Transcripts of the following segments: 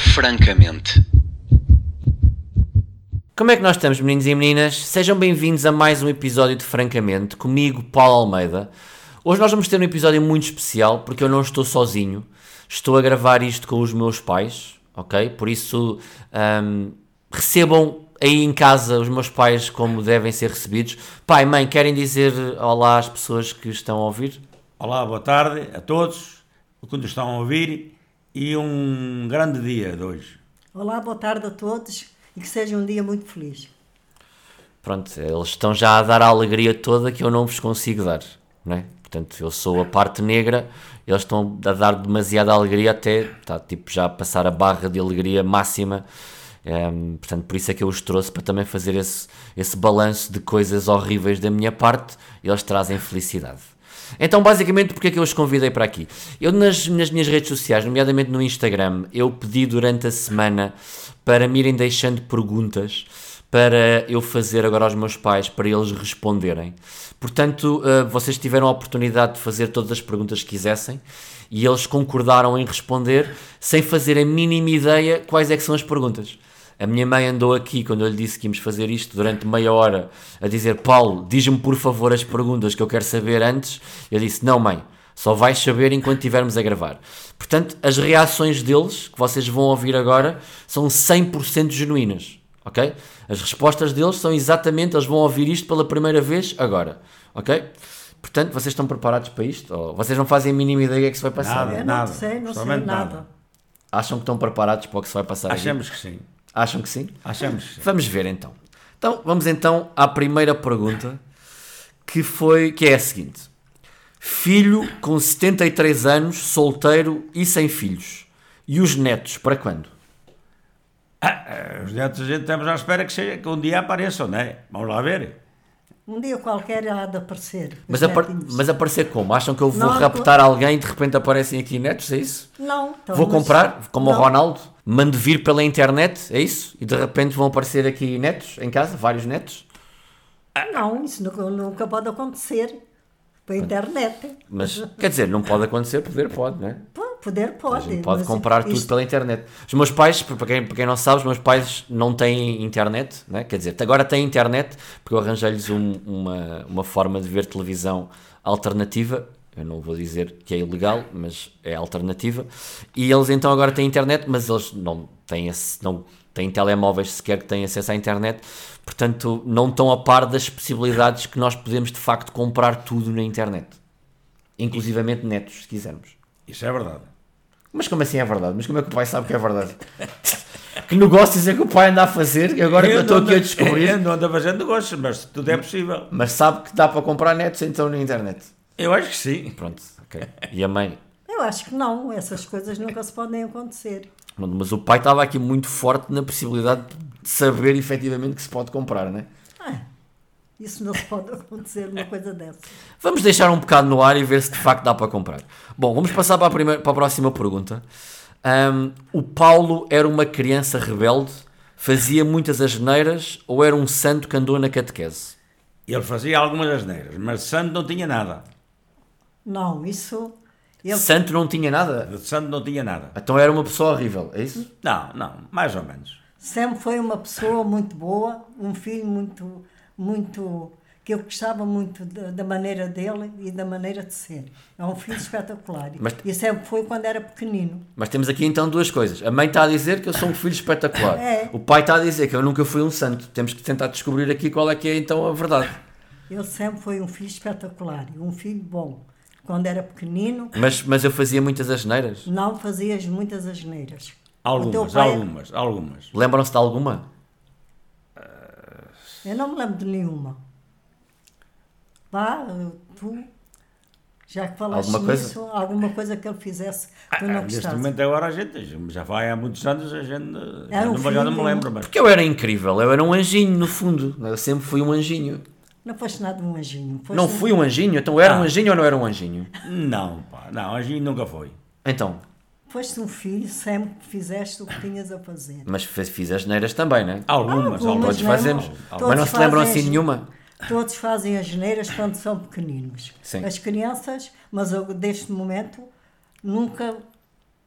francamente. Como é que nós estamos, meninos e meninas? Sejam bem-vindos a mais um episódio de Francamente, comigo, Paulo Almeida. Hoje nós vamos ter um episódio muito especial, porque eu não estou sozinho. Estou a gravar isto com os meus pais, ok? Por isso, ahm, recebam aí em casa os meus pais como devem ser recebidos. Pai, mãe, querem dizer olá às pessoas que estão a ouvir? Olá, boa tarde a todos que nos estão a ouvir e um grande dia de hoje. Olá, boa tarde a todos e que seja um dia muito feliz. Pronto, eles estão já a dar a alegria toda que eu não vos consigo dar, não é? Portanto, eu sou a parte negra, eles estão a dar demasiada alegria até, está tipo já a passar a barra de alegria máxima. Ehm, portanto, por isso é que eu os trouxe para também fazer esse, esse balanço de coisas horríveis da minha parte, eles trazem felicidade. Então, basicamente, porque é que eu os convidei para aqui? Eu, nas, nas minhas redes sociais, nomeadamente no Instagram, eu pedi durante a semana para me irem deixando perguntas para eu fazer agora aos meus pais, para eles responderem. Portanto, eh, vocês tiveram a oportunidade de fazer todas as perguntas que quisessem e eles concordaram em responder sem fazer a mínima ideia quais é que são as perguntas. A minha mãe andou aqui, quando eu lhe disse que íamos fazer isto, durante meia hora, a dizer: Paulo, diz-me por favor as perguntas que eu quero saber antes. Eu disse: Não, mãe, só vais saber enquanto estivermos a gravar. Portanto, as reações deles, que vocês vão ouvir agora, são 100% genuínas. Ok? As respostas deles são exatamente, eles vão ouvir isto pela primeira vez agora. Ok? Portanto, vocês estão preparados para isto? Ou vocês não fazem a mínima ideia do que é que se vai passar? Nada. Eu não Nada, sei, não sei somente nada. nada. Acham que estão preparados para o que se vai passar? aqui? Achamos que sim. Acham que sim? Achamos que sim. Vamos ver então. Então, vamos então à primeira pergunta, que foi, que é a seguinte. Filho com 73 anos, solteiro e sem filhos. E os netos, para quando? Os netos a gente estamos à espera que, seja, que um dia apareçam, não é? Vamos lá ver. Um dia qualquer há de aparecer. os Mas, apar netinhos. mas aparecer como? Acham que eu vou Não, eu- raptar alguém e de repente aparecem aqui netos, é isso? Não, então, Vou mas- comprar, como não. o Ronaldo, mando vir pela internet, é isso? E de repente vão aparecer aqui netos em casa, vários netos? Não, isso nunca, nunca pode acontecer. Pela internet. Mas, quer dizer, não pode acontecer, poder pode, não é? Pô, poder A pode. gente pode mas comprar tudo isto- pela internet. Os meus pais, para quem, para quem não sabe, os meus pais não têm internet, né? quer dizer, agora têm internet, porque eu arranjei-lhes um- uma, uma forma de ver televisão alternativa. Eu não vou dizer que é ilegal, mas é alternativa. E eles então agora têm internet, mas eles não têm, esse, não têm telemóveis sequer que têm acesso à internet. Portanto, não estão a par das possibilidades que nós podemos de facto comprar tudo na internet. Inclusivamente netos, se quisermos. Isso é verdade. Mas como assim é verdade? Mas como é que o pai sabe que é verdade? que negócios é que o pai anda a fazer? que Agora que eu estou não aqui a ando- Eu descobrir. não ando a fazer negócios, mas tudo é possível. Mas sabe que dá para comprar netos então na internet. Eu acho que sim. Pronto, ok. E a mãe? Eu acho que não, essas coisas nunca se podem acontecer. Pronto, Mas o pai estava aqui muito forte na possibilidade de saber efetivamente que se pode comprar, né? Ah, isso não se pode acontecer, uma coisa dessa. Vamos deixar um bocado no ar e ver se de facto dá para comprar. Bom, vamos passar para a, primeira, para a próxima pergunta. Ahm, o Paulo era uma criança rebelde, fazia muitas asneiras ou era um santo que andou na catequese? Ele fazia algumas asneiras, mas santo não tinha nada. Não, isso. Ele Santo não tinha nada? De santo não tinha nada. Então era uma pessoa horrível, é isso? Não, não, mais ou menos. sempre foi uma pessoa muito boa, um filho muito, muito que eu gostava muito da, da maneira dele e da maneira de ser. É um filho espetacular. Mas- E sempre foi quando era pequenino. Mas temos aqui então duas coisas. A mãe está a dizer que eu sou um filho espetacular. É. O pai está a dizer que eu nunca fui um santo. Temos que tentar descobrir aqui qual é que é então a verdade. Ele sempre foi um filho espetacular, um filho bom. Quando era pequenino, Mas, mas eu fazia muitas asneiras. não fazias muitas asneiras. O teu Algumas, pai- é algumas, algumas. Lembram-se de alguma? Eu não me lembro de nenhuma. Vá, tu, já que falaste Alguma coisa? nisso, alguma coisa que ele fizesse que tu Ah, não Neste gostaste. momento agora a gente, já vai há muitos anos, a gente, já Era um não, me- já não me filho. lembro, mas Porque eu era incrível. Eu era um anjinho, no fundo. Eu sempre fui um anjinho. Não foste nada um anjinho. foste Não um- fui um anjinho? Então eu era um Ah. anjinho ou não era um anjinho? não, pá, não, a gente nunca foi. Então, Foste um filho, sempre que fizeste o que tinhas a fazer. Ah, mas fiz, fiz asneiras também, né? Algumas, Algumas, algumas. né? Todos Lembram? fazemos. Todos mas não se lembram fazem assim as- nenhuma? Todos fazem as neiras quando são pequeninos. Sim. As crianças, mas eu, deste momento, nunca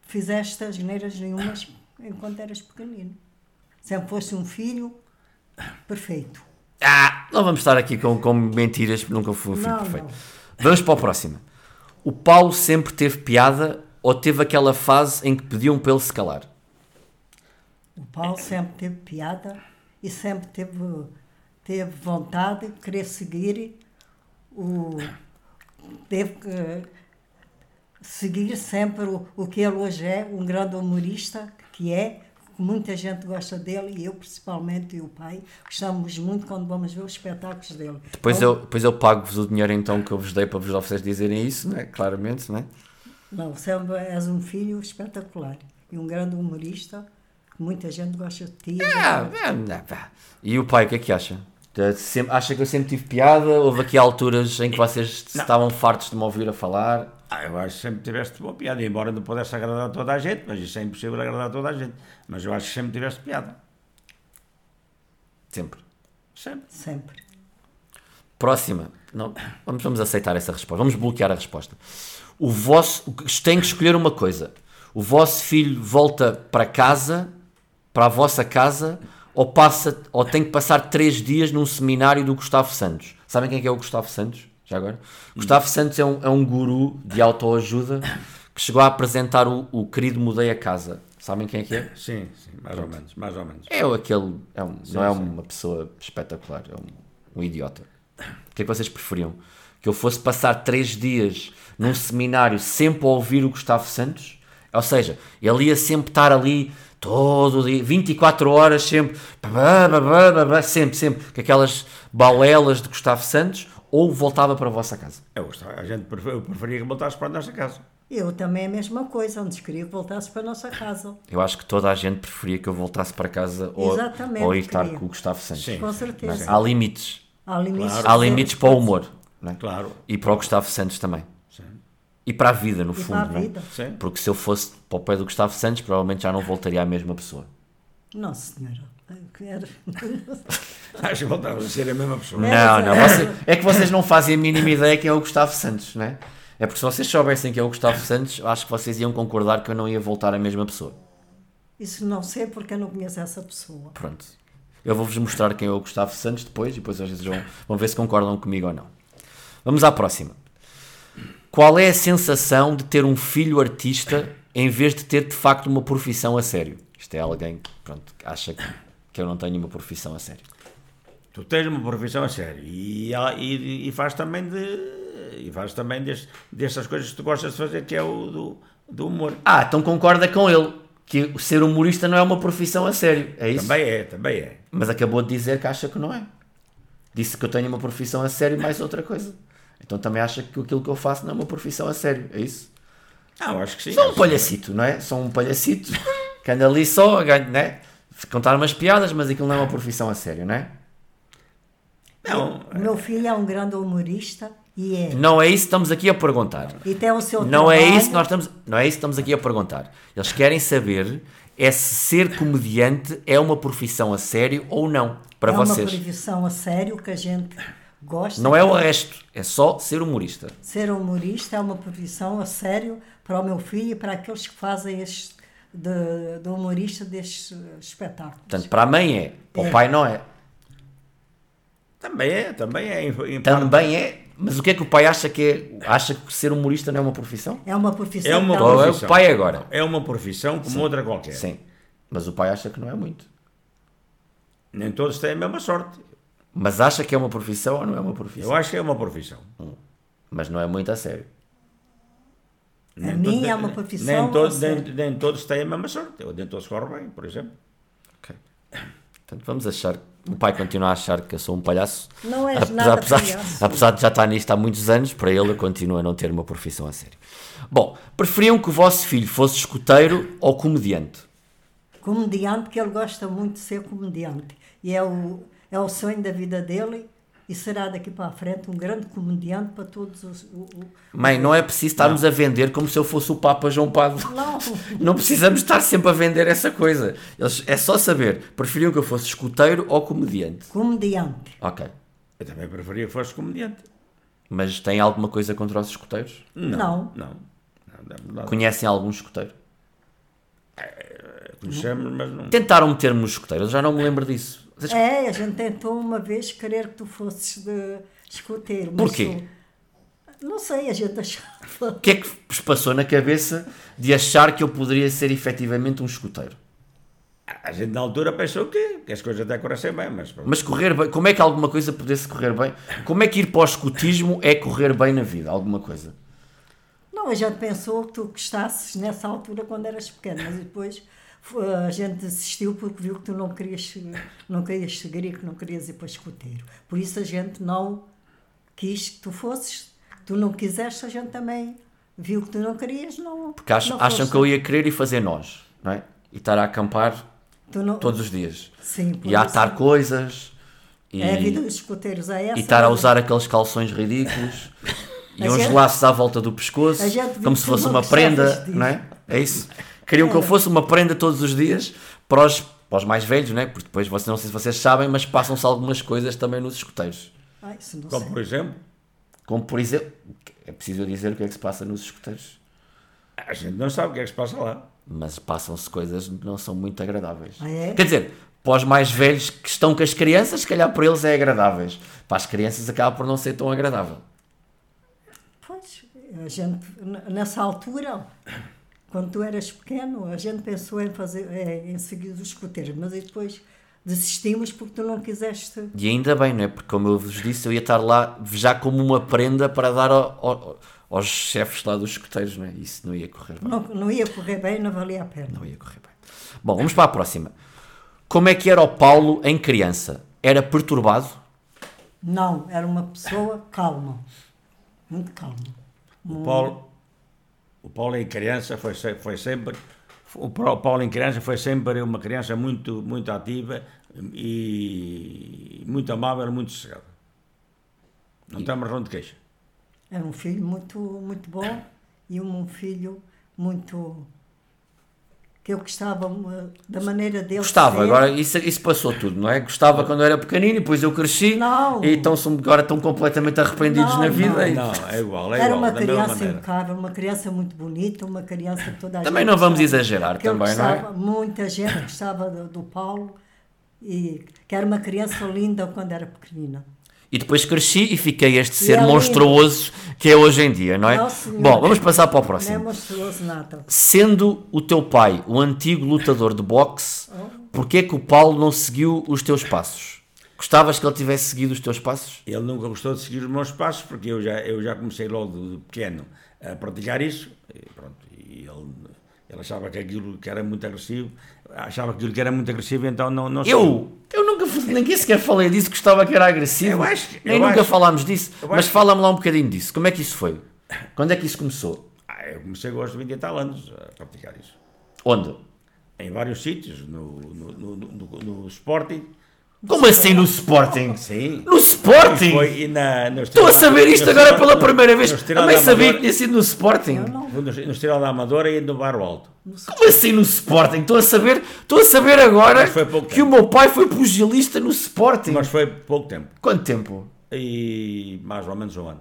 fizeste as neiras nenhumas enquanto eras pequenino. Se eu fosse um filho, perfeito. Ah, não vamos estar aqui com, com mentiras, nunca fui um filho Não, perfeito. não. Vamos para o próximo. O Paulo sempre teve piada ou teve aquela fase em que pediam para ele se calar? O Paulo sempre teve piada e sempre teve, teve vontade de querer seguir o. Teve que seguir sempre o, o que ele hoje é, um grande humorista que é, que muita gente gosta dele e eu principalmente e o pai gostamos muito quando vamos ver os espetáculos dele. Depois Então, eu, depois eu pago-vos o dinheiro então que eu vos dei para vos vocês dizerem isso, né? claramente, Uhum. né? Não, sempre és um filho espetacular e um grande humorista que muita gente gosta de ti. Ah, ah, não, pá. E o pai, o que é que acha? Eh, sem- acha que eu sempre tive piada? Houve aqui alturas em que vocês estavam fartos de me ouvir a falar? Ah, eu acho que sempre tiveste boa piada, embora não pudesse agradar toda a gente, mas isso é impossível agradar toda a gente. Mas eu acho que sempre tiveste piada. Sempre. Sempre. Sempre. Próxima. Não, vamos, vamos aceitar essa resposta. Vamos bloquear a resposta. O vosso. Tem que escolher uma coisa. O vosso filho volta para casa, para a vossa casa, ou, passa, ou tem que passar três dias num seminário do Gustavo Santos. Sabem quem é, que é o Gustavo Santos? Já agora? Gustavo Santos é um, é um guru de autoajuda que chegou a apresentar o, o querido Mudei a Casa. Sabem quem é que é? Sim, sim, mais ou menos, mais ou menos. É o- aquele. é um- não é uma pessoa espetacular, é um, um idiota. O que é que vocês preferiam? Que eu fosse passar três dias num seminário sempre a ouvir o Gustavo Santos? Ou seja, ele ia sempre estar ali todo o dia, 24 horas, sempre, babá, babá, babá, sempre, sempre, com aquelas balelas de Gustavo Santos, ou voltava para a vossa casa? Eu, gostava- a gente prefer- eu preferia que voltasse para a nossa casa. Eu também é a mesma coisa, antes queria que voltasse para a nossa casa, Eu acho que toda a gente preferia que eu voltasse para casa ou, Exatamente, ou ir estar queria. com o Gustavo Santos. Sim. com Não é? certeza. Há limites. Há limites, Há limites para o humor. não é? Claro. E para o Gustavo Santos também. Sim. E para a vida, no para fundo. a não é? vida. Sim. Porque se eu fosse para o pé do Gustavo Santos, provavelmente já não voltaria à mesma pessoa. Não, senhora. Eu quero- Acho que voltavas a ser a mesma pessoa. Não, mas não. é- você- é que vocês não fazem a mínima ideia quem é o Gustavo Santos, não é? É porque se vocês soubessem que é o Gustavo Santos, eu acho que vocês iam concordar que eu não ia voltar à mesma pessoa. Isso não sei porque eu não conheço essa pessoa. Pronto. Eu vou-vos mostrar quem é o Gustavo Santos depois e depois vocês vão, vão ver se concordam comigo ou não. Vamos à próxima. Qual é a sensação de ter um filho artista em vez de ter de facto uma profissão a sério? Isto é alguém que pronto, que acha que, que eu não tenho uma profissão a sério. Tu tens uma profissão a sério e, há- e, e faz também de e faz também des, destas coisas que tu gostas de fazer, que é o do, do humor. Ah, então concorda com ele que o ser humorista não é uma profissão a sério. É isso? Também é, também é. Mas acabou de dizer que acha que não é. Disse que eu tenho uma profissão a sério e mais outra coisa. Então também acha que aquilo que eu faço não é uma profissão a sério. É isso? Ah, eu acho que sim. Sou um palhacito, não é? Sou um palhacito que anda ali só a ganhar, não é? Contar umas piadas, mas aquilo não é uma profissão a sério, não é? Não, O meu filho é um grande humorista e é. Não é isso que estamos aqui a perguntar. E tem o seu Não é trabalho. isso que nós estamos, não é isso que estamos aqui a perguntar. Eles querem saber é se ser comediante é uma profissão a sério ou não para é uma vocês. profissão a sério que a gente gosta. Não é o resto, é só ser humorista. Ser humorista é uma profissão a sério para o meu filho e para aqueles que fazem este, de, de humorista destes eh, espetáculos. Portanto, para a mãe é, para o pai não é. também é, também é. Em, em parte- Também é, mas o que é que o pai acha que é? Acha que ser humorista não é uma profissão? é uma profissão É uma tão- Ou é o Profissão. pai agora? é uma profissão como outra qualquer. Sim. Mas o pai acha que não é muito. Nem todos têm a mesma sorte. Mas acha que é uma profissão ou não é uma profissão? Eu acho que é uma profissão. Mas não é muito a sério. A minha é uma profissão. Nem todos, a nem, sério. nem todos têm a mesma sorte. Ou nem todos correm bem, por exemplo. Portanto, vamos achar. O pai continua a achar que eu sou um palhaço. Não és nada apesar, palhaço. apesar de já estar nisto há muitos anos, para ele eu continuo a não ter uma profissão a sério. Bom, preferiam que o vosso filho fosse escuteiro ou comediante? comediante, que ele gosta muito de ser comediante. E é o, é o sonho da vida dele e será daqui para a frente um grande comediante para todos os. o- o- Mãe, não é preciso estarmos a vender como se eu fosse o Papa João Paulo. Não. Não precisamos estar sempre a vender essa coisa. Eles- é só saber. Preferiam que eu fosse escuteiro ou comediante? comediante. Ok. Eu também preferia que fosse comediante. Mas tem alguma coisa contra os escuteiros? Não. Não. não, não, não. Conhecem algum escuteiro? Puxamos, mas não. Tentaram meter escuteiro, eu já não me lembro disso. Vocês- É, a gente tentou uma vez querer que tu fosses de escoteiro. mas Porquê? tu- Não sei, a gente achava. O que é que vos passou na cabeça de achar que eu poderia ser efetivamente um escuteiro? A gente na altura pensou que, que as coisas até corressem bem, mas pronto. Mas correr bem, como é que alguma coisa pudesse correr bem? Como é que ir para o escutismo é correr bem na vida? Alguma coisa? Não, a gente pensou que tu gostasses nessa altura quando eras pequeno, mas depois fo- a gente desistiu porque viu que tu não querias, não querias seguir e que não querias ir para escoteiro. Por isso a gente não quis que tu fosses. Que Tu não quiseste, a gente também viu que tu não querias, não. Porque acham, não acham foste. que eu ia querer e fazer nós, não é? E estar a acampar Tu não- todos os dias. Sim, por E a isso. atar coisas. E, É a vida dos escoteiros, é essa. e estar a não é? usar aqueles calções ridículos. e A uns gente- laços à volta do pescoço. A gente viu Como se que fosse não uma gostavas prenda, disso. não é? É isso. Queriam que eu fosse uma prenda todos os dias para os, para os mais velhos, não é? Porque depois, vocês, não sei se vocês sabem, mas passam-se algumas coisas também nos escuteiros. Ai, Ah, isso não Como sei. por exemplo, Como por exemplo, é preciso eu dizer o que é que se passa nos escuteiros, a gente não sabe o que é que se passa lá. mas passam-se coisas que não são muito agradáveis. Ah, é? Quer dizer, para os mais velhos que estão com as crianças, se calhar para eles é agradáveis. Para as crianças acaba por não ser tão agradável. Pois, a gente, n- nessa altura, quando tu eras pequeno, a gente pensou em, fazer, eh, em seguir os escoteiros, mas aí depois desistimos porque tu não quiseste. E ainda bem, não é? Porque como eu vos disse, eu ia estar lá já como uma prenda para dar ao- ao- aos chefes lá dos escuteiros, não é? Isso não ia correr bem. Não, não ia correr bem, não valia a pena. Não ia correr bem. Bom, vamos para a próxima. Como é que era o Paulo em criança? Era perturbado? Não, era uma pessoa calma, muito calma. O Hum. Paulo, o Paulo em criança foi, se- foi sempre. O Pro- Paulo em criança foi sempre uma criança muito, muito ativa e muito amável, muito sossegada. Não tem marrom de queixa. Era um filho muito, muito bom e um filho muito. que eu gostava eh, da maneira dele. Gostava, ser. agora isso, isso passou tudo, não é? Gostava quando eu era pequenino, depois eu cresci Não. e estão, agora estão completamente arrependidos Não, na vida. não. e- Não, é igual, é Era igual, uma da mesma criança maneira. impecável, uma criança muito bonita, uma criança que toda a Também gente não vamos gostava. exagerar, Que eu também, não é? gostava, Muita gente gostava do, do Paulo, e que era uma criança linda quando era pequenina. E depois cresci e fiquei este ser é lindo. monstruoso que é hoje em dia, não é? Não, senhor. Bom, vamos passar para o Não é próximo. monstruoso nada. Sendo o teu pai o antigo lutador de boxe, porquê é que o Paulo não seguiu os teus passos? Gostavas que ele tivesse seguido os teus passos? Ele nunca gostou de seguir os meus passos, porque eu já, eu já comecei logo de pequeno a praticar isso, e pronto, e ele, ele achava que aquilo que era muito agressivo, achava que aquilo que era muito agressivo, então não... não Eu, eu nunca, fui- ninguém sequer falei disso, gostava que era agressivo. Eu acho- Nem eu nunca acho- falámos disso, eu mas acho- fala-me lá um bocadinho disso. Como é que isso foi? Quando é que isso começou? Ah, eu comecei aos 20 e tal anos a praticar isso, Onde? em vários sítios, no, no, no, no- no Sporting, Como assim no Sporting? sim. No Sporting? E foi- e na- no Estou a Estrela- saber isto no agora Estrela- pela primeira vez. no Estrela Também da sabia que Amadora- tinha sido no Sporting. Eu não. no- No Estrela da Amadora e no Barro Alto. Como assim no Sporting? Estou a saber, estou a saber agora Mas foi pouco que o tempo. meu pai foi pugilista no Sporting. Mas foi pouco tempo, Quanto tempo? e mais ou menos um ano.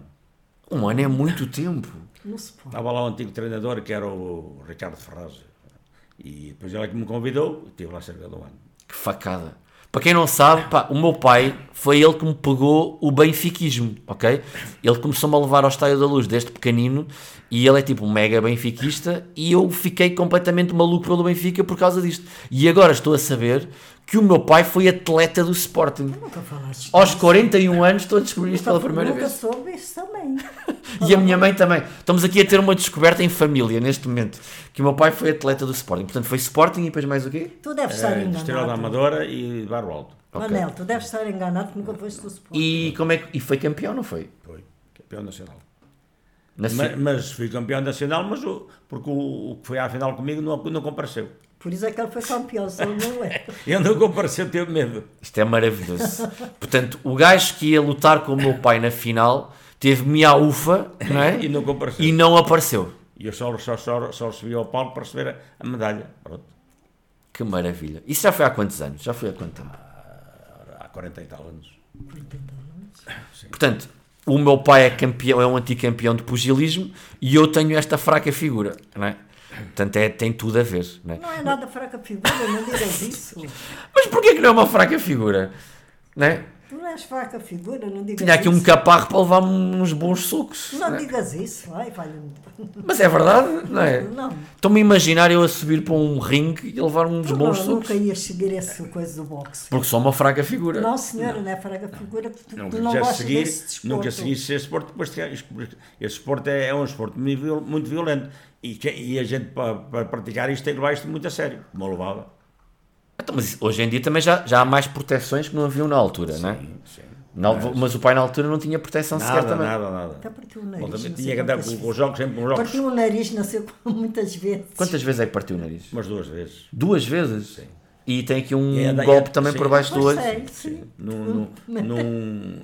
Um ano é muito tempo. Não se pode. Estava lá o antigo treinador que era o Ricardo Ferraz. E depois ele é que me convidou, estive lá cerca de um ano. Que facada. Para quem não sabe, pá, o meu pai foi ele que me pegou o benfiquismo, ok? Ele começou-me a levar ao Estádio da Luz desde pequenino e ele é tipo um mega benfiquista e eu fiquei completamente maluco pelo Benfica por causa disto. E agora estou a saber que o meu pai foi atleta do Sporting. Nunca falaste. Aos 41 anos estou a descobrir isto pela primeira Nunca vez. soube isso também. E a minha mãe também. Estamos aqui a ter uma descoberta em família neste momento. Que o meu pai foi atleta do Sporting. Portanto, foi Sporting e depois mais o quê? Tu deves estar Eh, do Estrela da enganado. Amadora e Barro Alto. Ok. Manel, tu deves estar enganado que nunca foste do Sporting. E como é que. E foi campeão, não foi? Foi campeão nacional. Na Ma- fi- Mas, fui campeão nacional, mas o, porque o, o que foi à final comigo não, não compareceu. Por isso é que ele foi campeão, se ele não é. Ele não compareceu, teve medo. Isto é maravilhoso. Portanto, o gajo que ia lutar com o meu pai na final teve minha ufa, não é? E não compareceu. E não apareceu. E eu só, só, só, só subi ao palco para receber a, a medalha. Pronto. Que maravilha. Isso já foi há quantos anos? Já foi há quanto tempo? Há 40 e tal anos. Portanto, o meu pai é campeão, é um anticampeão de pugilismo e eu tenho esta fraca figura, não é? Portanto, é, tem tudo a ver. Não é? Não é nada fraca figura, não digas isso. Mas porquê que não é uma fraca figura? Não é? Tu não és fraca figura, não digas Tinha aqui isso. um caparro para levar uns bons socos. Não não é? digas isso. Ai, valha-me. Mas é verdade, não é? Não. Estou-me a imaginar eu a subir para um ringue e levar uns Tu bons não, socos. nunca ias seguir essa coisa do boxe. Porque sou uma fraca figura. Não, senhora, não, é fraca figura, porque Não, tu não já gostas seguir, desse desporto. nunca seguisse esse esporte, pois que é- esse esporte é, é um esporte muito viol- muito violento. E, que- e a gente, para, para praticar isto, tem que levar isto muito a sério, como eu levava. Então, mas isso- hoje em dia também já, já há mais proteções que não haviam na altura, não é? Sim. Não, mas o pai na altura não tinha proteção sequer Nada, também. nada, nada. Até porque o Bom, nariz. também não tinha sei é que andar quantas com, com vezes- os jogos, sempre com os jogos, Partiu o nariz, não sei como, muitas vezes. Quantas vezes é que partiu o nariz? umas duas vezes. Duas vezes? E tem aqui um E é da- golpe é- também sim. por baixo do Pois olho. sei, sim. num, num, num,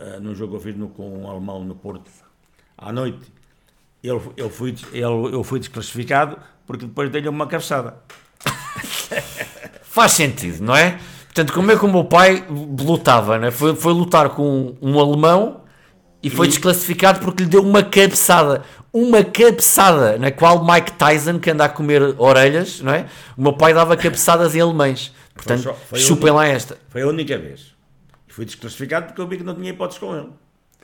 ah, num jogo que eu fiz no- com um alemão no Porto, à noite, ele, eu, fui, des- ele, eu fui desclassificado porque depois dei-lhe uma cabeçada. Faz sentido, não é? Portanto, como é que o meu pai lutava, não é? Foi, foi lutar com um alemão e foi desclassificado porque lhe deu uma cabeçada. Uma cabeçada, na qual Mike Tyson, que anda a comer orelhas, não é? O meu pai dava cabeçadas em alemães. Portanto, só- foi chupem um- lá esta. Foi a única vez. Fui desclassificado porque eu vi que não tinha hipóteses com ele.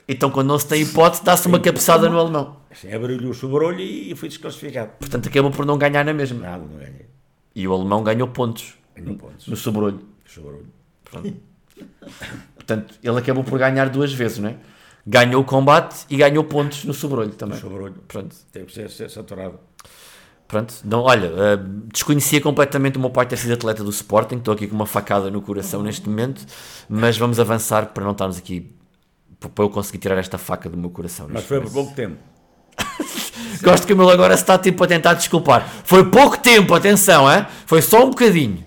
Então, quando não se tem hipótese, dá-se uma cabeçada no alemão. Assim, Abriu-lhe o sobrolho e, e fui desclassificado. Portanto, acabou por não ganhar na mesma. Nada, não ganhei. E o alemão ganhou pontos Ganhei pontos. no sobrolho. Sobrolho. Portanto, ele acabou por ganhar duas vezes, não é? Ganhou o combate e ganhou pontos no sobrolho também. Sobrolho. Pronto. Teve que ser, ser saturado. Pronto, não, olha, ah, desconhecia completamente o meu pai ter sido atleta do Sporting, estou aqui com uma facada no coração neste momento, mas vamos avançar para não estarmos aqui, para para eu conseguir tirar esta faca do meu coração. Mas neste foi por momento. pouco tempo. Gosto que o meu agora se está tipo a tentar desculpar. Foi pouco tempo, atenção, é? foi só um bocadinho.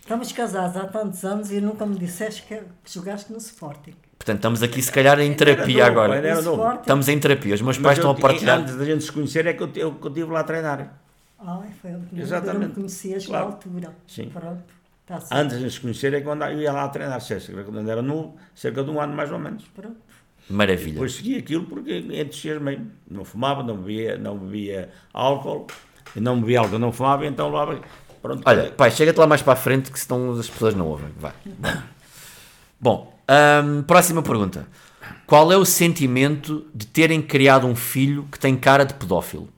Estamos casados há tantos anos e nunca me disseste que, que jogaste no Sporting. Portanto, estamos aqui se calhar em terapia novo, agora. ainda era no novo. Sporting. Estamos em terapia, os meus pais eu- estão a partilhar. Antes da gente se conhecer é que eu, eu, que eu estive lá a treinar. Ai, foi o que eu Exatamente. não conhecias Claro. na altura. Sim. Pronto. Está certo. Antes de se conhecer é que eu, andava, eu ia lá a treinar, cerca- quando era novo, cerca de um ano mais ou menos. Pronto. Maravilha. Depois segui aquilo porque entusiasmei. Não fumava, não bebia, não bebia álcool, e não bebia álcool, não fumava, então lá. Pronto, Olha, pai, chega-te lá mais para a frente que senão as pessoas não ouvem. Vai. Bom, hum, próxima pergunta. Qual é o sentimento de terem criado um filho que tem cara de pedófilo?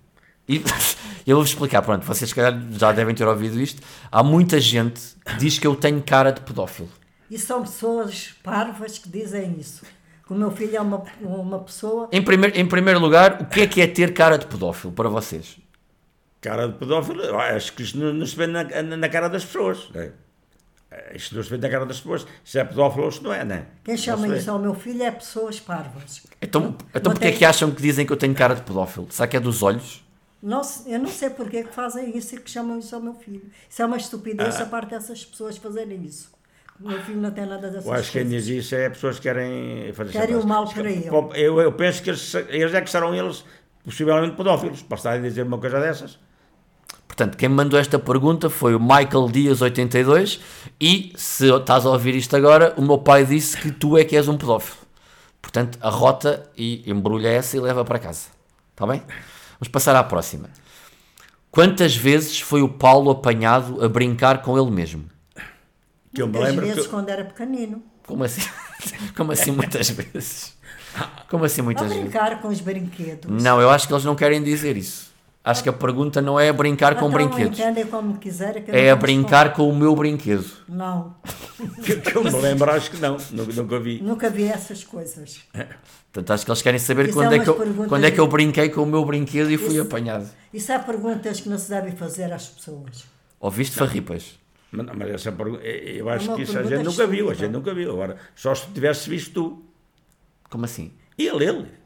E eu vou-vos explicar, pronto, vocês se calhar já devem ter ouvido isto. Há muita gente que diz que eu tenho cara de pedófilo. E são pessoas parvas que dizem isso. Que o meu filho é uma, uma pessoa. Em, primeiro- em primeiro lugar, o que é que é ter cara de pedófilo para vocês? cara de pedófilo, eu acho que isto não, não se vê na, na- na cara das pessoas. Não é? Eh, Isto não se vê na cara das pessoas. Se é pedófilo ou se não é, não é? Quem chama Não se vê. isso ao meu filho é pessoas parvas. Então, então Não porquê é tem- que acham que dizem que eu tenho cara de pedófilo? Será que é dos olhos? Não, se- eu não sei porque é que fazem isso e que chamam isso ao meu filho. Isso é uma estupidez Ah. a parte dessas pessoas fazerem isso. O meu filho não tem nada dessas Eu acho que quem coisas. diz isso é pessoas que querem fazer Querem chantagem. o mal para ele. Eu, eu penso que eles, eles é que serão eles, possivelmente pedófilos, para estarem a dizer uma coisa dessas. Portanto, quem me mandou esta pergunta foi o Michael Dias82 e se estás a ouvir isto agora, o meu pai disse que tu é que és um pedófilo. Portanto, arrota e embrulha essa e leva para casa. Está bem? Vamos passar à próxima. Quantas vezes foi o Paulo apanhado a brincar com ele mesmo? Que eu me Muitas lembro. vezes que- quando era pequenino. Como assim? Como assim muitas vezes? Como assim A muitas vezes? brincar com os brinquedos. Não, eu acho que eles não querem dizer isso. Acho que a pergunta não é a brincar com Então, brinquedos. Entendem como quiserem. que eu É não a brincar com o meu brinquedo. respondo. Não, que, que eu me lembro, acho que não, nunca, nunca vi. nunca vi essas coisas. Portanto, acho que eles querem saber Isso quando é é, que eu, umas perguntas quando é que eu de- brinquei com o meu brinquedo e fui Isso. apanhado. Isso há perguntas que não se devem fazer às pessoas. Ouviste farripas? Mas, mas essa pergunta, eh, eu acho É uma que isso a pergunta gente nunca viu, a estúpida. gente nunca viu. Agora, só se tivesse visto tu. Como assim? Ele, ele.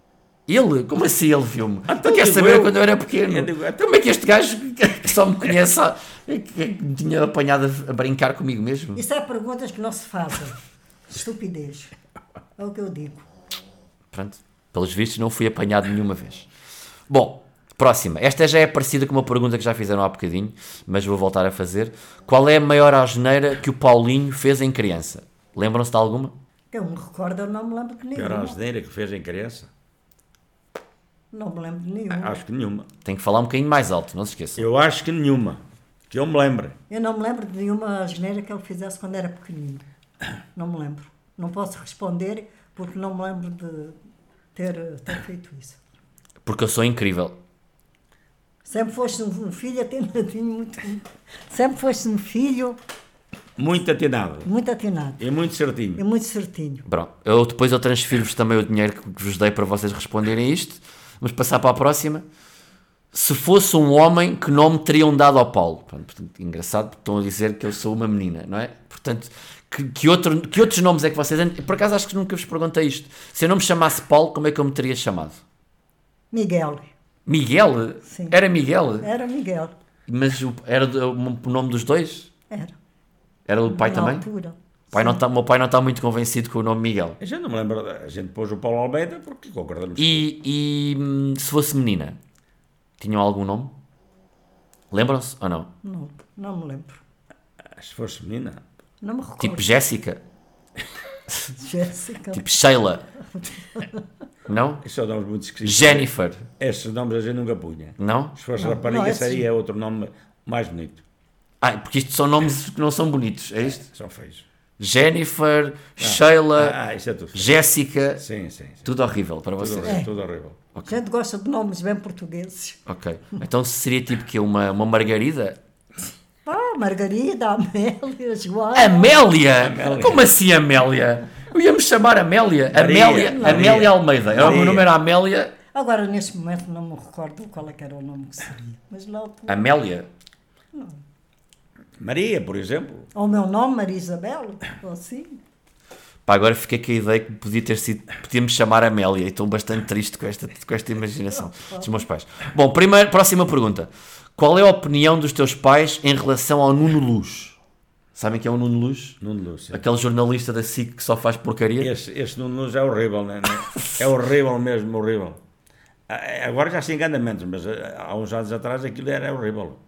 Ele? Como assim ele viu-me? tu queres Ah, então digo saber eu. quando eu era pequeno? Eu digo, então- Como é que este gajo que só me conhece há- que- que me tinha apanhado a- a brincar comigo mesmo? Isso há perguntas que não se fazem. Estupidez. É o que eu digo. Pronto, pelos vistos não fui apanhado nenhuma vez. Bom, próxima. Esta já é parecida com uma pergunta que já fizeram há bocadinho, mas vou voltar a fazer. Qual é a maior asneira que o Paulinho fez em criança? Lembram-se de alguma? Eu me recordo, eu não me lembro que Que era a nenhuma. asneira que fez em criança. Não me lembro de Ah, nenhuma. Acho que nenhuma. Tem que falar um bocadinho mais alto, não se esqueça. Eu acho que nenhuma. Que eu me lembre. ah. Eu não me lembro de nenhuma geneira que ele fizesse quando era pequenino. Não me lembro. Não posso responder porque não me lembro de ter, ter feito isso. Porque eu sou incrível. Sempre foste um um filho atinadinho, muito. Sempre foste um filho Muito atinado. muito atinado E muito certinho. e muito certinho. Pronto. Eu, depois eu transfiro-vos também o dinheiro que vos dei para vocês responderem isto. Vamos passar para a próxima. Se fosse um homem, que nome teriam dado ao Paulo? Pronto, portanto, engraçado, porque estão a dizer que eu sou uma menina, não é? Portanto, que, que outro, que outros nomes é que vocês. Por acaso acho que nunca vos perguntei isto. Se eu não me chamasse Paulo, como é que eu me teria chamado? Miguel. Miguel? Sim. Era Miguel? Era Miguel. Mas o- era do- o nome dos dois? Era. Era o pai Na também? altura. O pai não tá, meu pai não está muito convencido com o nome Miguel. A gente não me lembra. A gente pôs o Paulo Almeida porque concordamos. E, e, hum, se fosse menina, tinham algum nome? Lembram-se ou não? Não, não me lembro. Se fosse menina. Não me recordo. Tipo Jéssica? Jéssica. Tipo Sheila? Não? Esses são nomes muito esquisitos. Jennifer? Esses nomes a gente nunca punha. Não? Se fosse Não, rapariga, não, é assim. esses- seria outro nome mais bonito. Ah, porque isto são nomes que não são bonitos, é isto? São feios. Jennifer, Sheila, Ah, ah, isso é tudo. feio. Jéssica, Sim, sim. sim. tudo horrível para Tudo, vocês. É. horrível, tudo horrível. A gente gosta de nomes bem portugueses. Ok. Então seria tipo que uma, uma Margarida? Ah, Margarida, Amélia, Joana. É Amélia? Amélia. Como assim Amélia? Eu ia-me chamar Amélia. Maria. Amélia, Maria. Amélia Almeida. Era o meu Maria. nome era Amélia. Agora, neste momento, não me recordo qual é que era o nome que seria. Mas na altura. Ah. Amélia? Maria, por exemplo. Ou o meu nome, Maria Isabel, ou assim. Pá, agora fiquei com a ideia que podia ter sido. Podíamos chamar Amélia e estou bastante triste com esta, com esta imaginação dos meus pais. Bom, primeiro, próxima pergunta. Qual é a opinião dos teus pais em relação ao Nuno Luz? Sabem quem é o Nuno Luz? Nuno Luz. sim. Aquele jornalista da SIC que só faz porcaria? Esse, esse Nuno Luz é horrível, né? é horrível mesmo, horrível. Ah, Agora já se engana menos, mas ah, há uns anos atrás aquilo era horrível.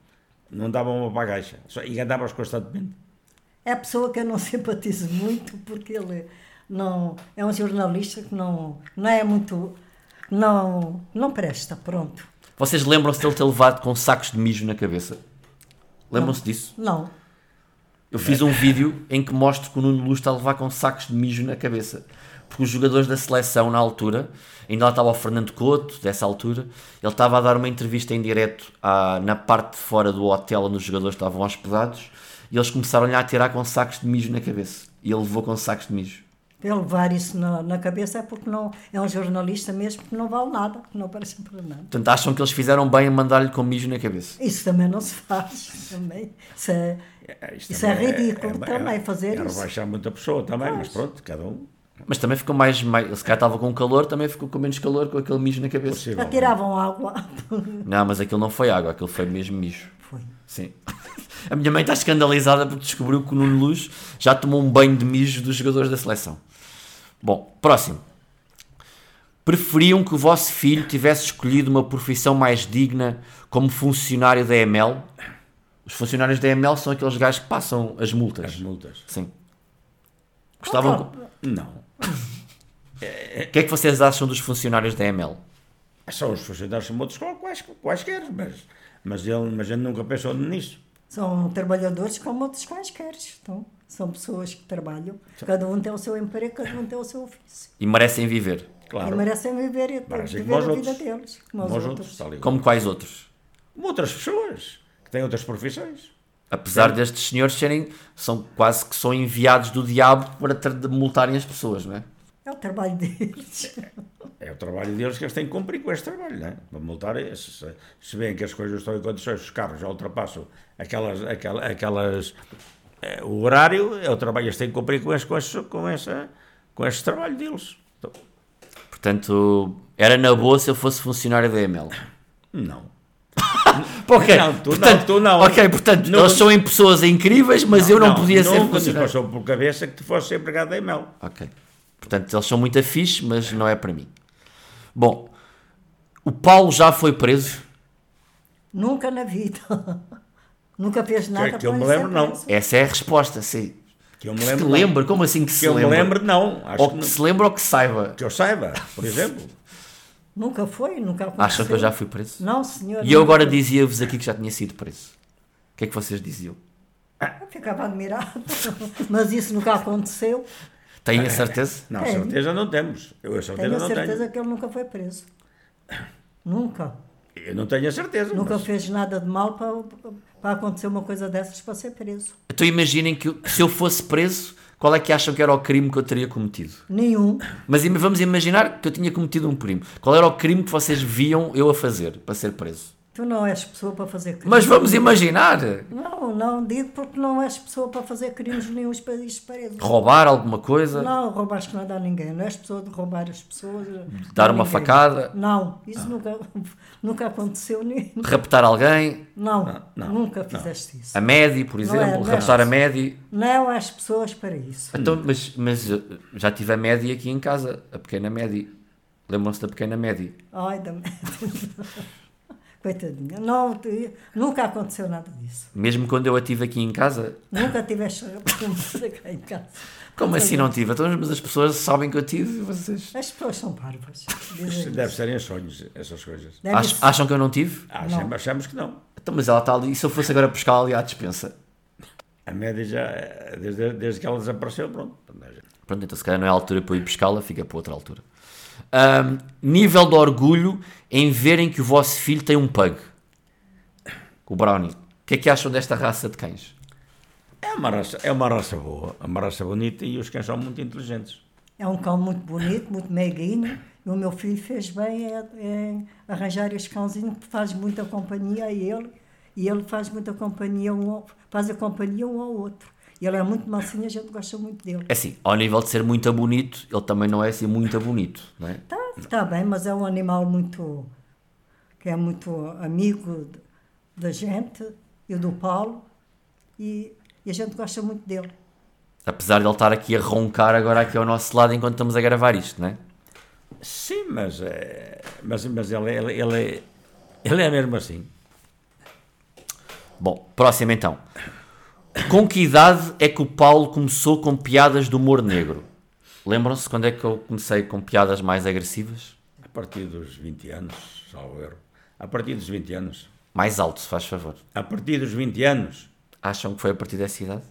Não dava uma para a caixa. Só enganavas constantemente. É a pessoa que eu não simpatizo muito, porque ele não, é um jornalista que não, não é muito. Não, não presta, pronto. Vocês lembram-se dele ter levado com sacos de mijo na cabeça? Lembram-se disso? Não. Eu fiz um vídeo em que mostro que o Nuno Luz está a levar com sacos de mijo na cabeça. Porque os jogadores da seleção, na altura, ainda lá estava o Fernando Couto, dessa altura, ele estava a dar uma entrevista em direto à- na parte de fora do hotel onde os jogadores estavam hospedados e eles começaram-lhe a atirar com sacos de mijo na cabeça. E ele levou com sacos de mijo. Para ele levar isso na, na cabeça é porque não, é um jornalista mesmo que não vale nada, que não presta para nada. Portanto, acham que eles fizeram bem em mandar-lhe com mijo na cabeça. Isso também não se faz. Também. Isso é, isto Isso é ridículo também, fazer é isso. rebaixar muito a pessoa também, mas pronto, cada um. Mas também ficou mais. mais ele se calhar estava com calor, também ficou com menos calor com aquele mijo na cabeça. Possível. atiravam água. Não, mas aquilo não foi água, aquilo foi mesmo mijo. Foi. Sim. A minha mãe está escandalizada porque descobriu que o Nuno Luz já tomou um banho de mijo dos jogadores da seleção. Bom, próximo. Preferiam que o vosso filho tivesse escolhido uma profissão mais digna como funcionário da EML? Os funcionários da EML são aqueles gajos que passam as multas. As multas. Sim. Gostavam. Não. O que é que vocês acham dos funcionários da EML? São É os funcionários são outros qual- quais, quaisquer, mas, mas, ele, mas ele nunca pensou nisso. São trabalhadores como outros quaisquer. Então, são pessoas que trabalham. Cada um tem o seu emprego, cada um tem o seu ofício. E merecem viver. Claro. E merecem viver, e ter- Parecem viver como a os vida outros. deles. Como Como os os outros. outros, tal e qual. Como quais outros? Como outras pessoas que têm outras profissões. Apesar destes senhores serem, são quase que são enviados do diabo para ter de multarem as pessoas, não é? É o trabalho deles. É o trabalho deles que eles têm que cumprir com este trabalho, não é? Para multar, se, se- se veem que as coisas estão em condições, os carros já ultrapassam aquelas, aquela- aquelas, eh, o horário, é o trabalho, eles têm que cumprir com esse, com esse, com essa, com esse trabalho deles. Então, Portanto, era na boa se eu fosse funcionário da ML. não. Ok, Não, tu portanto, não, tu não. Ok, portanto, Não- eles são em pessoas incríveis, mas eu não, podia ser Nunca lhes funcionário. passou por cabeça que tu fosse empregado em mel. Ok. Portanto, eles são muito afixes, mas não é para mim. Bom, o Paulo já foi preso. Nunca na vida. Nunca fez nada que eu para me isso, é lembro, não. preso. Essa é a resposta, sim. Que eu me Que se lembro, não. lembra? Como assim que se Que eu me lembra? lembro, não. Acho ou que, que, não. se lembra ou que saiba. que eu saiba, por exemplo. Nunca foi, nunca aconteceu. Acham que eu já fui preso? Não, senhor. E eu nunca agora foi. dizia-vos aqui que já tinha sido preso. O que é que vocês diziam? Eu ficava admirado, mas isso nunca aconteceu. Têm a certeza? Não, Tem. certeza não temos. Eu a certeza Tenho a não certeza que ele nunca foi preso. Nunca. tenho. Eu não tenho a certeza. Nunca mas- fez nada de mal para, para acontecer uma coisa dessas para ser preso. Então imaginem que eu- se eu fosse preso, qual é que acham que era o crime que eu teria cometido? Nenhum. Mas im- vamos imaginar que eu tinha cometido um crime. Qual era o crime que vocês viam eu a fazer para ser preso? Tu não és pessoa para fazer crimes. Mas vamos imaginar Não, não digo porque não és pessoa para fazer crimes nenhum para isto paredes. roubar alguma coisa, Não roubaste nada a ninguém. Não és pessoa de roubar as pessoas. eh, dar a uma ninguém. facada, Ah. Não, isso nunca, nunca aconteceu. Nem, raptar alguém, não, Ah, não, nunca não. fizeste isso. a Medi, por Não é, exemplo, não é. raptar a Medi. Não és pessoas para isso. Então, mas, mas eh, já tive a Medi aqui em casa, a pequena Medi. Lembram-se da pequena Medi? Ai, da merda. Coitadinha. Não, te- nunca aconteceu nada disso. Mesmo quando eu a tive aqui em casa, Nunca tiveste comida cá em casa. como assim não tive? Então, mas as pessoas sabem que eu tive e vocês As pessoas são parvas. Isso dizem Deve isso. serem sonhos, essas coisas. Ah, Deve Ach- ser. acham que eu não tive? Achamos, achamos que não. Então, mas ela está ali. E se eu fosse agora buscar ali à despensa? A média já, eh, desde, desde que ela desapareceu, pronto. Pronto, então se calhar não é a altura para eu ir pescá-la, fica para outra altura. Ahm, nível de orgulho em verem que o vosso filho tem um pug. O Brownie. O que é que acham desta raça de cães? É uma raça, é uma raça boa, é uma raça bonita e os cães são muito inteligentes. É um cão muito bonito, muito meiguinho. E o meu filho fez bem em, em arranjar este cãozinho que faz muita companhia a ele. E ele faz muita companhia, um ao, faz a companhia um ao outro. E ele é muito mansinho, a gente gosta muito dele. É assim, ao nível de ser muito bonito, ele também não é assim muito bonito, não é? Tá, tá bem, mas é um animal muito. que é muito amigo de- da gente e do Paulo. E, e a gente gosta muito dele. Apesar de ele estar aqui a roncar agora aqui ao nosso lado enquanto estamos a gravar isto, não é? Sim, mas, eh, mas, mas ele, ele, ele, ele é mesmo assim. Bom, próximo então. Com que idade é que o Paulo começou com piadas de humor negro? Lembram-se quando é que eu comecei com piadas mais agressivas? A partir dos 20 anos, salvo erro. A partir dos 20 anos. Mais alto, se faz favor. A partir dos 20 anos. Acham que foi a partir dessa idade?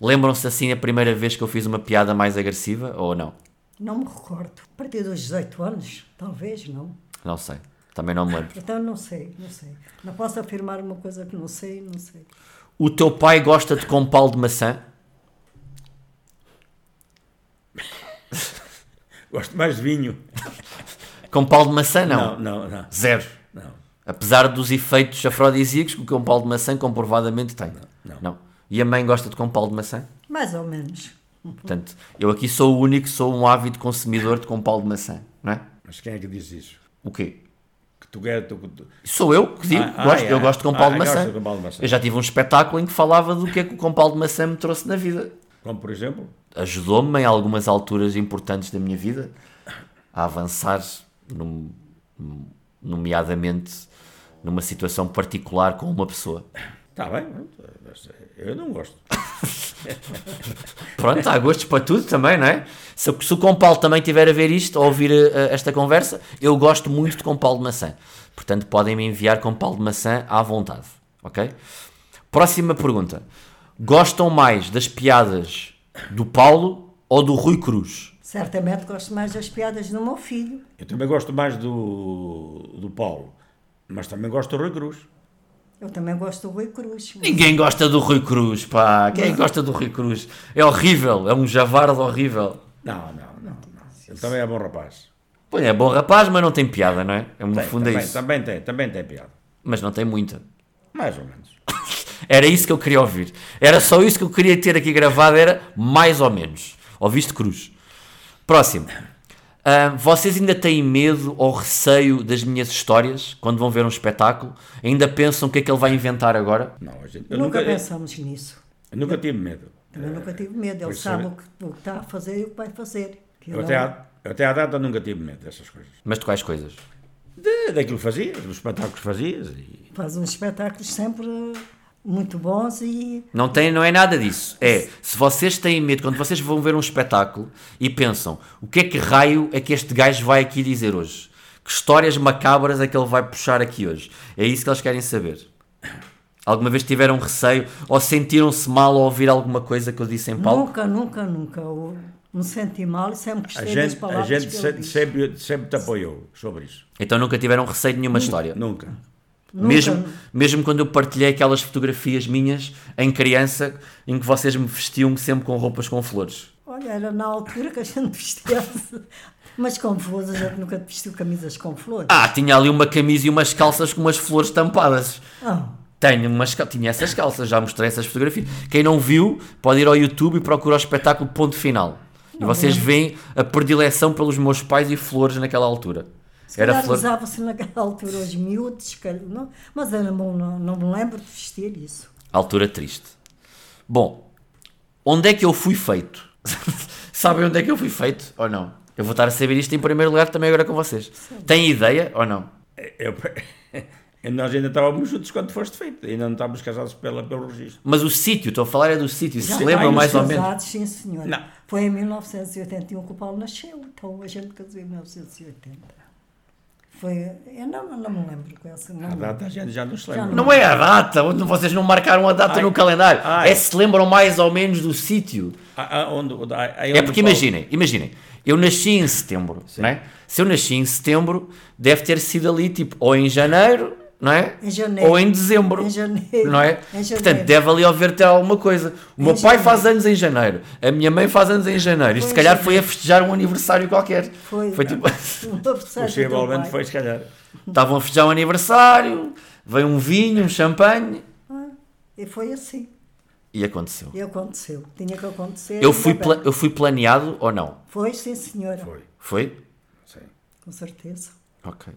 Lembram-se assim a primeira vez que eu fiz uma piada mais agressiva ou não? Não me recordo. A partir dos 18 anos, talvez, não. Não sei. Também não me lembro. Então não sei, não sei. Não posso afirmar uma coisa que não sei, não sei. O teu pai gosta de compal de maçã? Gosto mais de vinho. Compal de maçã não. Não, não, não. Zero. não. Apesar dos efeitos afrodisíacos que o compal de maçã comprovadamente tem. não. E a mãe gosta de compal de maçã? Mais ou menos. Portanto, eu aqui sou o único, sou um ávido consumidor de compal de maçã, não é? Mas quem é que diz isso? O quê? Que tu queres. Tu, tu... Sou eu que digo, Ah, ah, gosto, eu é. gosto de compal de Ah, maçã. gosta de compal de maçã. Eu já tive um espetáculo em que falava do que é que o compal de maçã me trouxe na vida. Como por exemplo? Ajudou-me em algumas alturas importantes da minha vida a avançar, num- num- nomeadamente numa situação particular com uma pessoa. Está Tá bem, pronto, mas eu não gosto. Pronto, há gostos para tudo também, não é? Se, se o Compal também tiver a ver isto, ou ouvir eh, esta conversa, eu gosto muito de Compal de maçã. Portanto, podem me enviar Compal de maçã à vontade, ok? Próxima pergunta. Gostam mais das piadas do Paulo ou do Rui Cruz? Certamente gosto mais das piadas do meu filho. Eu também gosto mais do, do Paulo, mas também gosto do Rui Cruz. Eu também gosto do Rui Cruz. Ninguém gosta do Rui Cruz, pá. Quem é gosta do Rui Cruz? É horrível, é um javardo horrível. Não, não, não. não. Ele também é bom rapaz. Pois é, bom rapaz, mas não tem piada, não é? É, No Tem, fundo é também, isso. também tem, também tem piada. Mas não tem muita. Mais ou menos. Era isso que eu queria ouvir. Era só isso que eu queria ter aqui gravado, era mais ou menos. Ouviste cruz. Próximo. Ah, vocês ainda têm medo ou receio das minhas histórias quando vão ver um espetáculo? Ainda pensam o que é que ele vai inventar agora? Não, a gente, eu Nunca nunca, eu- pensamos nisso. eu nunca tive medo. Também nunca tive medo. Ele pois é. sabe sabe. o que, o que está a fazer e o que vai fazer. Que Eu ele até, é um- à, eu até à data nunca tive medo dessas coisas. Mas de quais coisas? De, daquilo que fazias, dos espetáculos que fazias. E... Faz uns espetáculos sempre muito bons e Não, tem, não é nada disso. É, se vocês têm medo, quando vocês vão ver um espetáculo e pensam, o que é que raio é que este gajo vai aqui dizer hoje? que histórias macabras é que ele vai puxar aqui hoje. É isso que eles querem saber. Alguma vez tiveram receio ou sentiram-se mal ao ouvir alguma coisa que eu disse em palco? Nunca, nunca, nunca. Eu me senti mal e sempre A gostei das gente, a palavras gente que ele se- disse. sempre, sempre te apoiou sobre isso. Então nunca tiveram receio de nenhuma história. Nunca. Nunca. Mesmo, mesmo quando eu partilhei aquelas fotografias minhas em criança em que vocês me vestiam sempre com roupas com flores. Olha, era na altura que a gente vestia. Mas com flores, a gente nunca vestiu camisas com flores. Ah, tinha ali uma camisa e umas calças com umas flores tampadas. Ah, Tenho umas, cal- tinha essas calças, já mostrei essas fotografias. Quem não viu, pode ir ao YouTube e procurar o espetáculo Ponto Final. E vocês veem a predileção pelos meus pais e flores naquela altura. se Era calhar flor... usava-se naquela altura os miúdos, se calhar, não, mas era bom, não, não me lembro de vestir isso. Altura triste. Bom, onde é que eu fui feito? Sabem onde é que eu fui feito ou não? Eu vou estar a saber isto em primeiro lugar também agora com vocês. Têm ideia ou não? Eu, nós ainda estávamos juntos quando foste feito. Ainda não estávamos casados pela, pelo registro. Mas o sítio, estou a falar é do sítio, se Já lembram estávamos mais ou menos? casados, Sim, senhora. Não. Foi em 1981 que o Paulo nasceu, então a gente casou em 1980. Foi, eu não, não me lembro com essa. Não, A me lembro. data a gente já não se Já lembra. Não é a data, onde vocês não marcaram a data Ai. no calendário. Ai. É se lembram mais ou menos do sítio. Ah, ah, onde- onde- ah, ah, É onde porque Paulo- imaginem, imaginem, eu nasci em setembro, não é? Se eu nasci em setembro, deve ter sido ali tipo ou em janeiro, não é? Em janeiro. Ou em dezembro. Em janeiro. Não é? Em janeiro. Portanto, deve ali haver ter alguma coisa. O meu pai janeiro. faz anos em janeiro, a minha mãe faz anos em janeiro. Isto se em calhar foi a festejar um aniversário qualquer. Foi. Foi tipo. O aniversário do teu Possivelmente pai. foi, se calhar. Estavam a festejar um aniversário, veio um vinho, um champanhe E foi assim. e aconteceu. E aconteceu. Tinha que acontecer. Eu ainda fui, bem. pla- eu fui planeado ou não? Foi, sim, senhora. Foi, Foi? sim. Com certeza. Ok.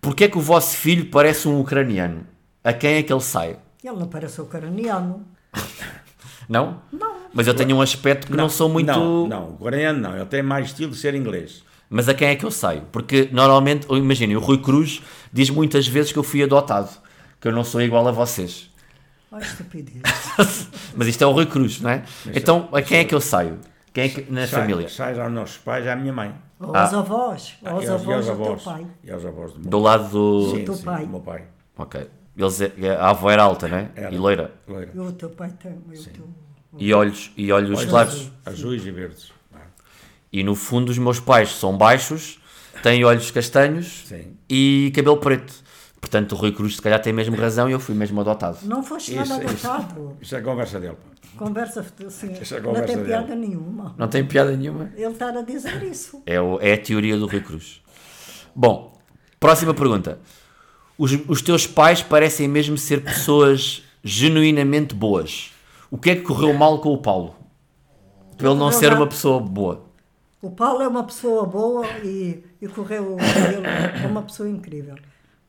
Porquê é que o vosso filho parece um ucraniano? A quem é que ele sai? Ele não pareceu caraniano. Não? Não. Mas eu tenho um aspecto que não, sou muito. Não, não, o coreano não. Ele tem mais estilo de ser inglês. Mas a quem é que eu saio? Porque normalmente, ou imaginem, o Rui Cruz diz muitas vezes que eu fui adotado, que eu não sou igual a vocês. Olha estupidez. Ah. Mas isto é o Rui Cruz, não é? Então, a quem é que eu saio? Quem é que, na Sai- família? Sai aos nossos pais, à minha mãe. Ou aos avós. Ou aos E e avós do teu pai. E aos avós do meu Do lado do. sim, do sim, pai. do meu pai. Ok. Eles, é, a avó era alta, não é? Era. E loira. Loira. E o teu pai também. o teu- E olhos, e olhos claros. Azuis e verdes. Ah, E no fundo os meus pais são baixos, têm olhos castanhos Sim. e cabelo preto. Portanto, o Rui Cruz se calhar tem mesmo razão e eu fui mesmo adotado. Não foste Isso, nada isso. adotado. Isso é conversa dele. pá. Conversa assim. Isso é não conversa tem dele. piada nenhuma. Não tem piada nenhuma. Ele estar a dizer isso. É, o- é a teoria do Rui Cruz. Bom, próxima pergunta. Os, os teus pais parecem mesmo ser pessoas genuinamente boas. O que é que correu mal com o Paulo? Para ele não Correu ser mal. uma pessoa boa. O Paulo é uma pessoa boa e, e correu. Ele é uma pessoa incrível.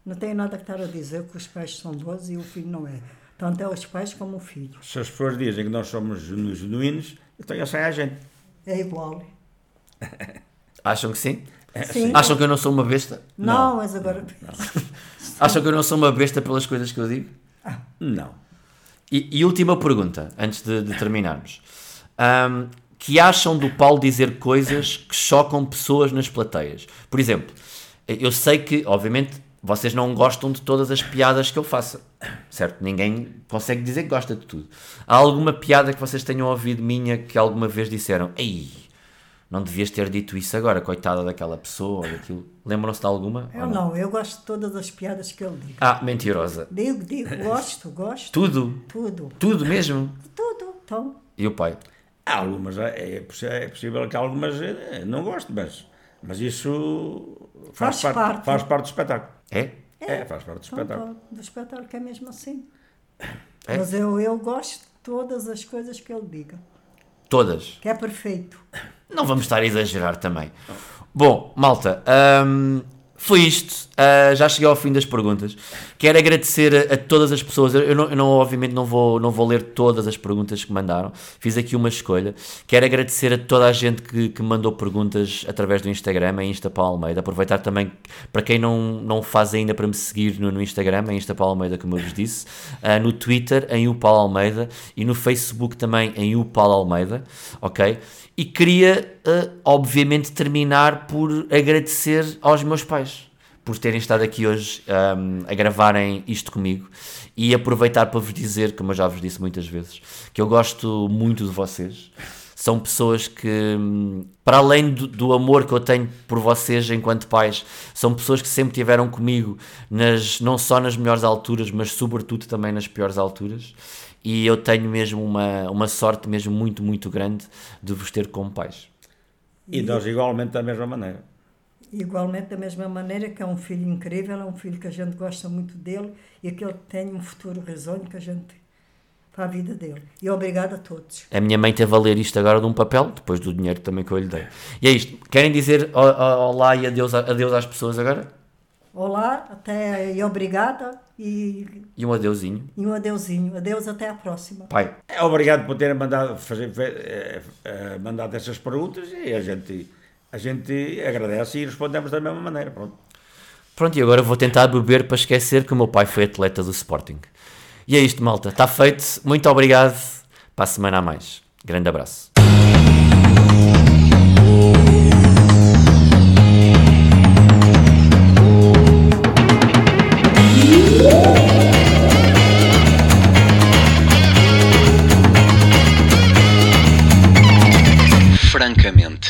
Não tenho nada que estar a dizer que os pais são bons e o filho não é. Tanto é os pais como o filho. Se as pessoas dizem que nós somos genu- genuínos, então já sai a gente. É igual. Acham que sim? Sim. Acham que eu não sou uma besta? Não, mas agora. Acham que eu não sou uma besta pelas coisas que eu digo? Não. E, e última pergunta, antes de, de terminarmos. Ahm, que acham do Paulo dizer coisas que chocam pessoas nas plateias? Por exemplo, eu sei que, obviamente, vocês não gostam de todas as piadas que eu faça, certo? Ninguém consegue dizer que gosta de tudo. Há alguma piada que vocês tenham ouvido minha que alguma vez disseram, ei, não devias ter dito isso agora, coitada daquela pessoa ou daquilo? Lembram-se de alguma? Eu Ou não, eu gosto de todas as piadas que ele diz. Ah, mentirosa. Digo, digo, gosto, gosto. Tudo? Tudo. Tudo mesmo? Tudo. Então, E o pai? Há algumas, é, é possi- é possível que algumas eh, não goste, mas, mas isso faz, Faz parte. faz parte do espetáculo. É? É, faz parte do então, espetáculo. pronto, do espetáculo que é mesmo assim. É? Mas eu, eu gosto de todas as coisas que ele diga. Todas? Que é perfeito. Não vamos estar a exagerar também. Bom, malta, hum, Foi isto. Ah, já cheguei ao fim das perguntas. Quero agradecer a, a todas as pessoas. Eu, eu não, eu não, obviamente, não vou, não vou ler todas as perguntas que mandaram. Fiz aqui uma escolha. Quero agradecer a toda a gente que, que mandou perguntas através do Instagram, a Insta Paulo Almeida. Aproveitar também, para quem não, não faz ainda para me seguir no, no Instagram, a Insta Paulo Almeida, como eu vos disse. Ah, no Twitter, em o Paulo Almeida. E no Facebook também, em o Paulo Almeida. Ok? E queria, eh, obviamente, terminar por agradecer aos meus pais por terem estado aqui hoje ahm, a gravarem isto comigo e aproveitar para vos dizer, como eu já vos disse muitas vezes, que eu gosto muito de vocês. São pessoas que, hum, para além do, do amor que eu tenho por vocês enquanto pais, são pessoas que sempre tiveram comigo, nas, não só nas melhores alturas, mas sobretudo também nas piores alturas e eu tenho mesmo uma, uma sorte mesmo muito, muito grande de vos ter como pais. E nós igualmente da mesma maneira. Igualmente, da mesma maneira que é um filho incrível, é um filho que a gente gosta muito dele e aquele que tem um futuro risonho que a gente para a vida dele. E obrigado a todos. A minha mãe teve a ler isto agora de um papel, depois do dinheiro também que eu lhe dei. E é isto. Querem dizer o- o- olá e adeus, a- adeus às pessoas agora? Olá, até e obrigada e, E um adeusinho. e um adeusinho. Adeus, até a próxima. Pai, É, Obrigado por terem mandado, fazer, fe- eh, eh, mandado essas perguntas e a gente, a gente agradece e respondemos da mesma maneira. Pronto. Pronto, e agora vou tentar beber para esquecer que o meu pai foi atleta do Sporting. E é isto, malta. Está feito. Muito obrigado. Para a semana a mais. Grande abraço. francamente.